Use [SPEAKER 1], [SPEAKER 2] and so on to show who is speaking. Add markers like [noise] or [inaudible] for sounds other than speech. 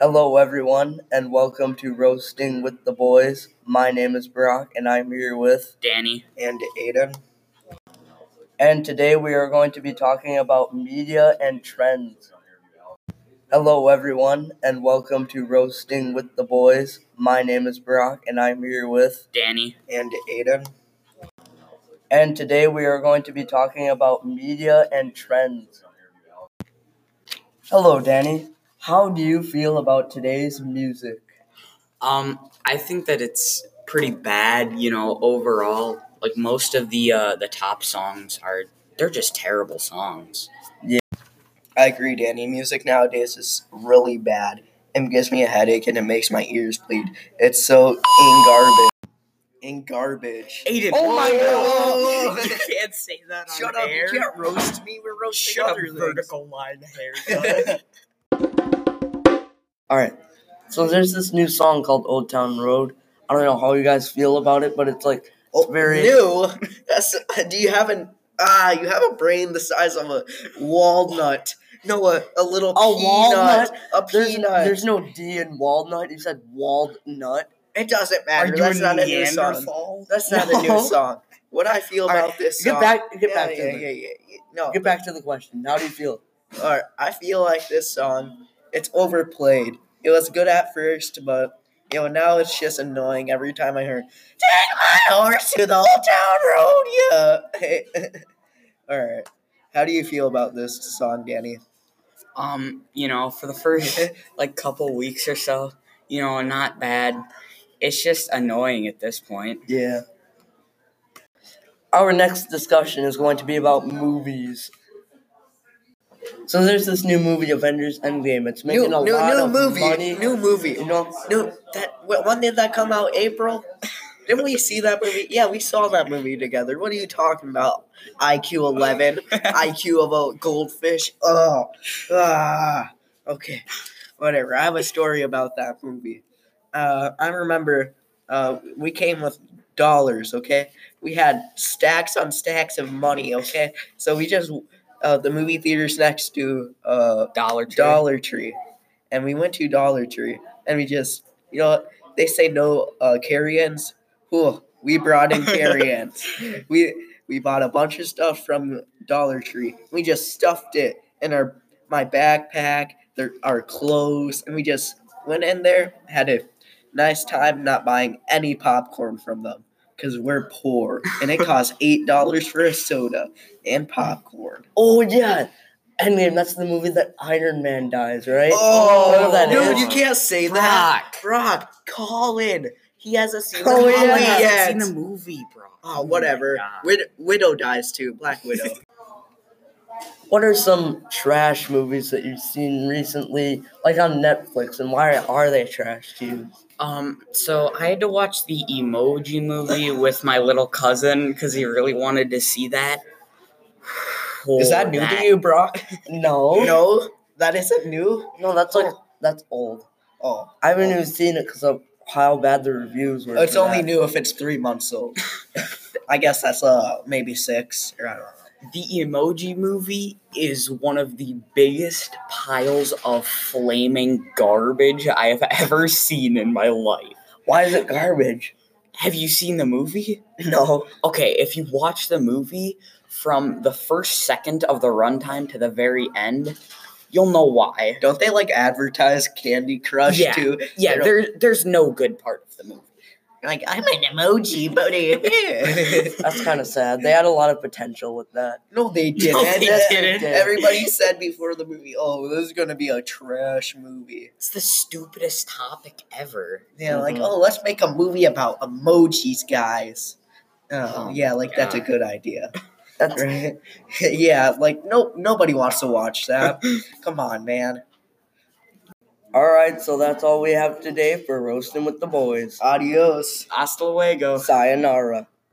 [SPEAKER 1] Hello, everyone, and welcome to Roasting with the Boys. My name is Brock, and I'm here with
[SPEAKER 2] Danny.
[SPEAKER 1] and Aiden. And today we are going to be talking about media and trends. Hello, everyone, and welcome to Roasting with the Boys. My name is Brock, and I'm here with
[SPEAKER 2] Danny.
[SPEAKER 1] and Aiden. And today we are going to be talking about media and trends. Hello, Danny. How do you feel about today's music?
[SPEAKER 2] Um, I think that it's pretty bad, you know, overall. Like most of the uh, the top songs are they're just terrible songs.
[SPEAKER 3] I agree, Danny. Music nowadays is really bad. It gives me a headache and it makes my ears bleed. It's so in garbage. In garbage.
[SPEAKER 2] Aiden.
[SPEAKER 3] Oh my
[SPEAKER 2] whoa. [laughs]
[SPEAKER 3] God.
[SPEAKER 2] you can't say that on
[SPEAKER 3] Shut up!
[SPEAKER 2] air.
[SPEAKER 3] You can't roast me. We're roasting
[SPEAKER 2] Shut up,
[SPEAKER 3] other things.
[SPEAKER 2] vertical line hair.
[SPEAKER 1] All right. So there's this new song called Old Town Road. I don't know how you guys feel about it, but it's like
[SPEAKER 3] [laughs] Oh,
[SPEAKER 1] very-
[SPEAKER 3] new. That's, uh, do you have an ah? You have a brain the size of a walnut. No, a, a little
[SPEAKER 1] A
[SPEAKER 3] peanut.
[SPEAKER 1] walnut?
[SPEAKER 3] A
[SPEAKER 1] there's
[SPEAKER 3] peanut.
[SPEAKER 1] there's no D in walnut. You said walnut.
[SPEAKER 3] it doesn't matter. That's not a new song. That's not a
[SPEAKER 1] No.
[SPEAKER 3] new song. What I feel
[SPEAKER 1] All right,
[SPEAKER 3] about this song.
[SPEAKER 1] Get back. Get
[SPEAKER 3] yeah,
[SPEAKER 1] back
[SPEAKER 3] yeah,
[SPEAKER 1] to
[SPEAKER 3] yeah,
[SPEAKER 1] it.
[SPEAKER 3] yeah, yeah. No,
[SPEAKER 1] Get back to the question. How do you feel?
[SPEAKER 3] All right, I feel like this song, it's overplayed. It was good at first, but you know now it's just annoying every time I hear. Take my horse to the old town road, yeah. [laughs] All right, how do you feel about this song, Danny?
[SPEAKER 2] um, you know, for the first [laughs] like couple weeks or so, you know, not bad. It's just annoying at this
[SPEAKER 3] [laughs]
[SPEAKER 2] point.
[SPEAKER 1] Yeah. Our next discussion is going to be about movies. So there's this new movie, Avengers Endgame. It's making a lot of
[SPEAKER 3] movie,
[SPEAKER 1] money.
[SPEAKER 3] new movie,
[SPEAKER 1] you know,
[SPEAKER 3] new that wh- when did that come out? April. [laughs] Didn't we see that movie? Yeah, we saw that movie together. What are you talking about? IQ eleven. [laughs] IQ of a goldfish. Oh, ah. Okay, whatever. I have a story about that movie. Uh, I remember uh, we came with dollars. Okay, we had stacks on stacks of money. Okay, so we just uh, the movie theaters next to uh,
[SPEAKER 2] Dollar Tree.
[SPEAKER 3] Dollar Tree, and we went to Dollar Tree, and we just you know what? they say no uh, carry-ins. Whew, we brought in carry-ins. we we bought a bunch of stuff from Dollar Tree. We just stuffed it in our my backpack, their, our clothes, and we just went in there, had a nice time, not buying any popcorn from them because we're poor, and it costs eight dollars for a soda and popcorn.
[SPEAKER 1] Oh yeah, Endgame. That's the movie that Iron Man dies, right?
[SPEAKER 3] Oh,
[SPEAKER 1] Oh, that
[SPEAKER 3] dude,
[SPEAKER 1] is-
[SPEAKER 3] you can't say that.
[SPEAKER 2] Rock.
[SPEAKER 3] Brock, call in. He hasn't seen
[SPEAKER 1] Oh,
[SPEAKER 3] the
[SPEAKER 1] yeah.
[SPEAKER 3] movie
[SPEAKER 1] I haven't
[SPEAKER 3] yet.
[SPEAKER 2] seen the movie, bro.
[SPEAKER 3] Oh, whatever. Wid- Widow dies too. Black Widow.
[SPEAKER 1] What are some trash movies that you've seen recently, like on Netflix, and why are they trash to you?
[SPEAKER 2] Um, so I had to watch the Emoji movie with my little cousin because he really wanted to see that. [sighs]
[SPEAKER 3] Is that
[SPEAKER 2] Oh,
[SPEAKER 3] new to you, Brock?
[SPEAKER 1] [laughs] No,
[SPEAKER 3] No, that isn't new.
[SPEAKER 1] no, that's like that's old.
[SPEAKER 3] Oh,
[SPEAKER 1] I haven't even seen it because of how bad the reviews were.
[SPEAKER 3] it's
[SPEAKER 1] for
[SPEAKER 3] only
[SPEAKER 1] that.
[SPEAKER 3] new if it's three months old. [laughs] I guess that's uh maybe six or I don't know.
[SPEAKER 2] The Emoji movie is one of the biggest piles of flaming garbage I have [laughs] ever seen in my life.
[SPEAKER 1] Why is it
[SPEAKER 3] [laughs]
[SPEAKER 1] garbage?
[SPEAKER 2] Have you seen the movie?
[SPEAKER 1] No.
[SPEAKER 2] Okay, if you watch the movie from the first second of the runtime to the very end, you'll know why.
[SPEAKER 3] Don't they like advertise Candy Crush
[SPEAKER 2] Yeah.
[SPEAKER 3] too?
[SPEAKER 2] Yeah,
[SPEAKER 3] It'll-
[SPEAKER 2] there, there's no good part of the movie.
[SPEAKER 3] Like I'm an emoji,
[SPEAKER 1] [laughs]
[SPEAKER 3] buddy.
[SPEAKER 1] That's kind of sad. They had a lot of potential with that.
[SPEAKER 3] No,
[SPEAKER 2] [laughs]
[SPEAKER 3] they didn't.
[SPEAKER 2] they didn't.
[SPEAKER 3] Everybody said before the movie, "Oh, this is gonna be a trash movie."
[SPEAKER 2] It's the stupidest topic ever.
[SPEAKER 3] Yeah, like,
[SPEAKER 1] Mhm.
[SPEAKER 3] "Oh, let's make a movie about emojis, guys." Oh,
[SPEAKER 2] Oh
[SPEAKER 3] yeah, like that's a
[SPEAKER 2] God.
[SPEAKER 3] good idea,
[SPEAKER 1] That's
[SPEAKER 3] [laughs] right? yeah, like no, nobody wants to watch that. Come on, man.
[SPEAKER 1] all right. So that's all we have today for roasting with the boys.
[SPEAKER 3] Adios.
[SPEAKER 2] Hasta luego.
[SPEAKER 1] Sayonara.